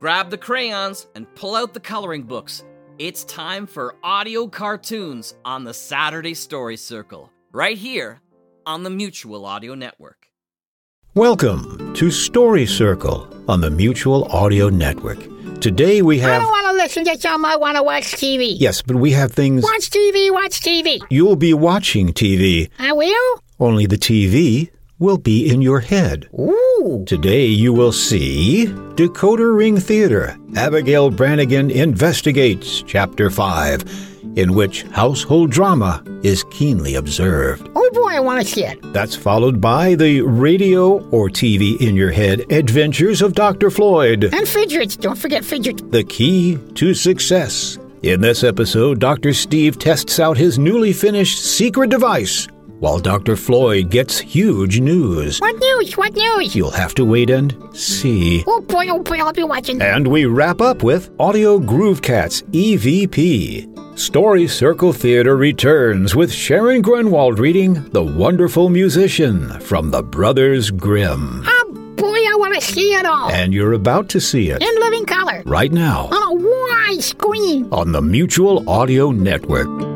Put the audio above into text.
Grab the crayons and pull out the coloring books. It's time for audio cartoons on the Saturday Story Circle, right here on the Mutual Audio Network. Welcome to Story Circle on the Mutual Audio Network. Today we I have. don't want to listen to some. I want to watch TV. Yes, but we have things. Watch TV, watch TV. You'll be watching TV, I will? only the TV will be in your head. Ooh. Today you will see Decoder Ring Theater, Abigail Branigan Investigates, Chapter 5, in which household drama is keenly observed. Oh boy, I want to see it. That's followed by the radio or TV in your head adventures of Dr. Floyd. And fidgets. Don't forget fidgets. The key to success. In this episode, Dr. Steve tests out his newly finished secret device, while Dr. Floyd gets huge news. What news? What news? You'll have to wait and see. Oh boy, oh boy, I'll be watching. And we wrap up with Audio Groovecats EVP. Story Circle Theater returns with Sharon Grunwald reading The Wonderful Musician from the Brothers Grimm. Oh boy, I want to see it all. And you're about to see it In living color. right now On a wide screen. on the Mutual Audio Network.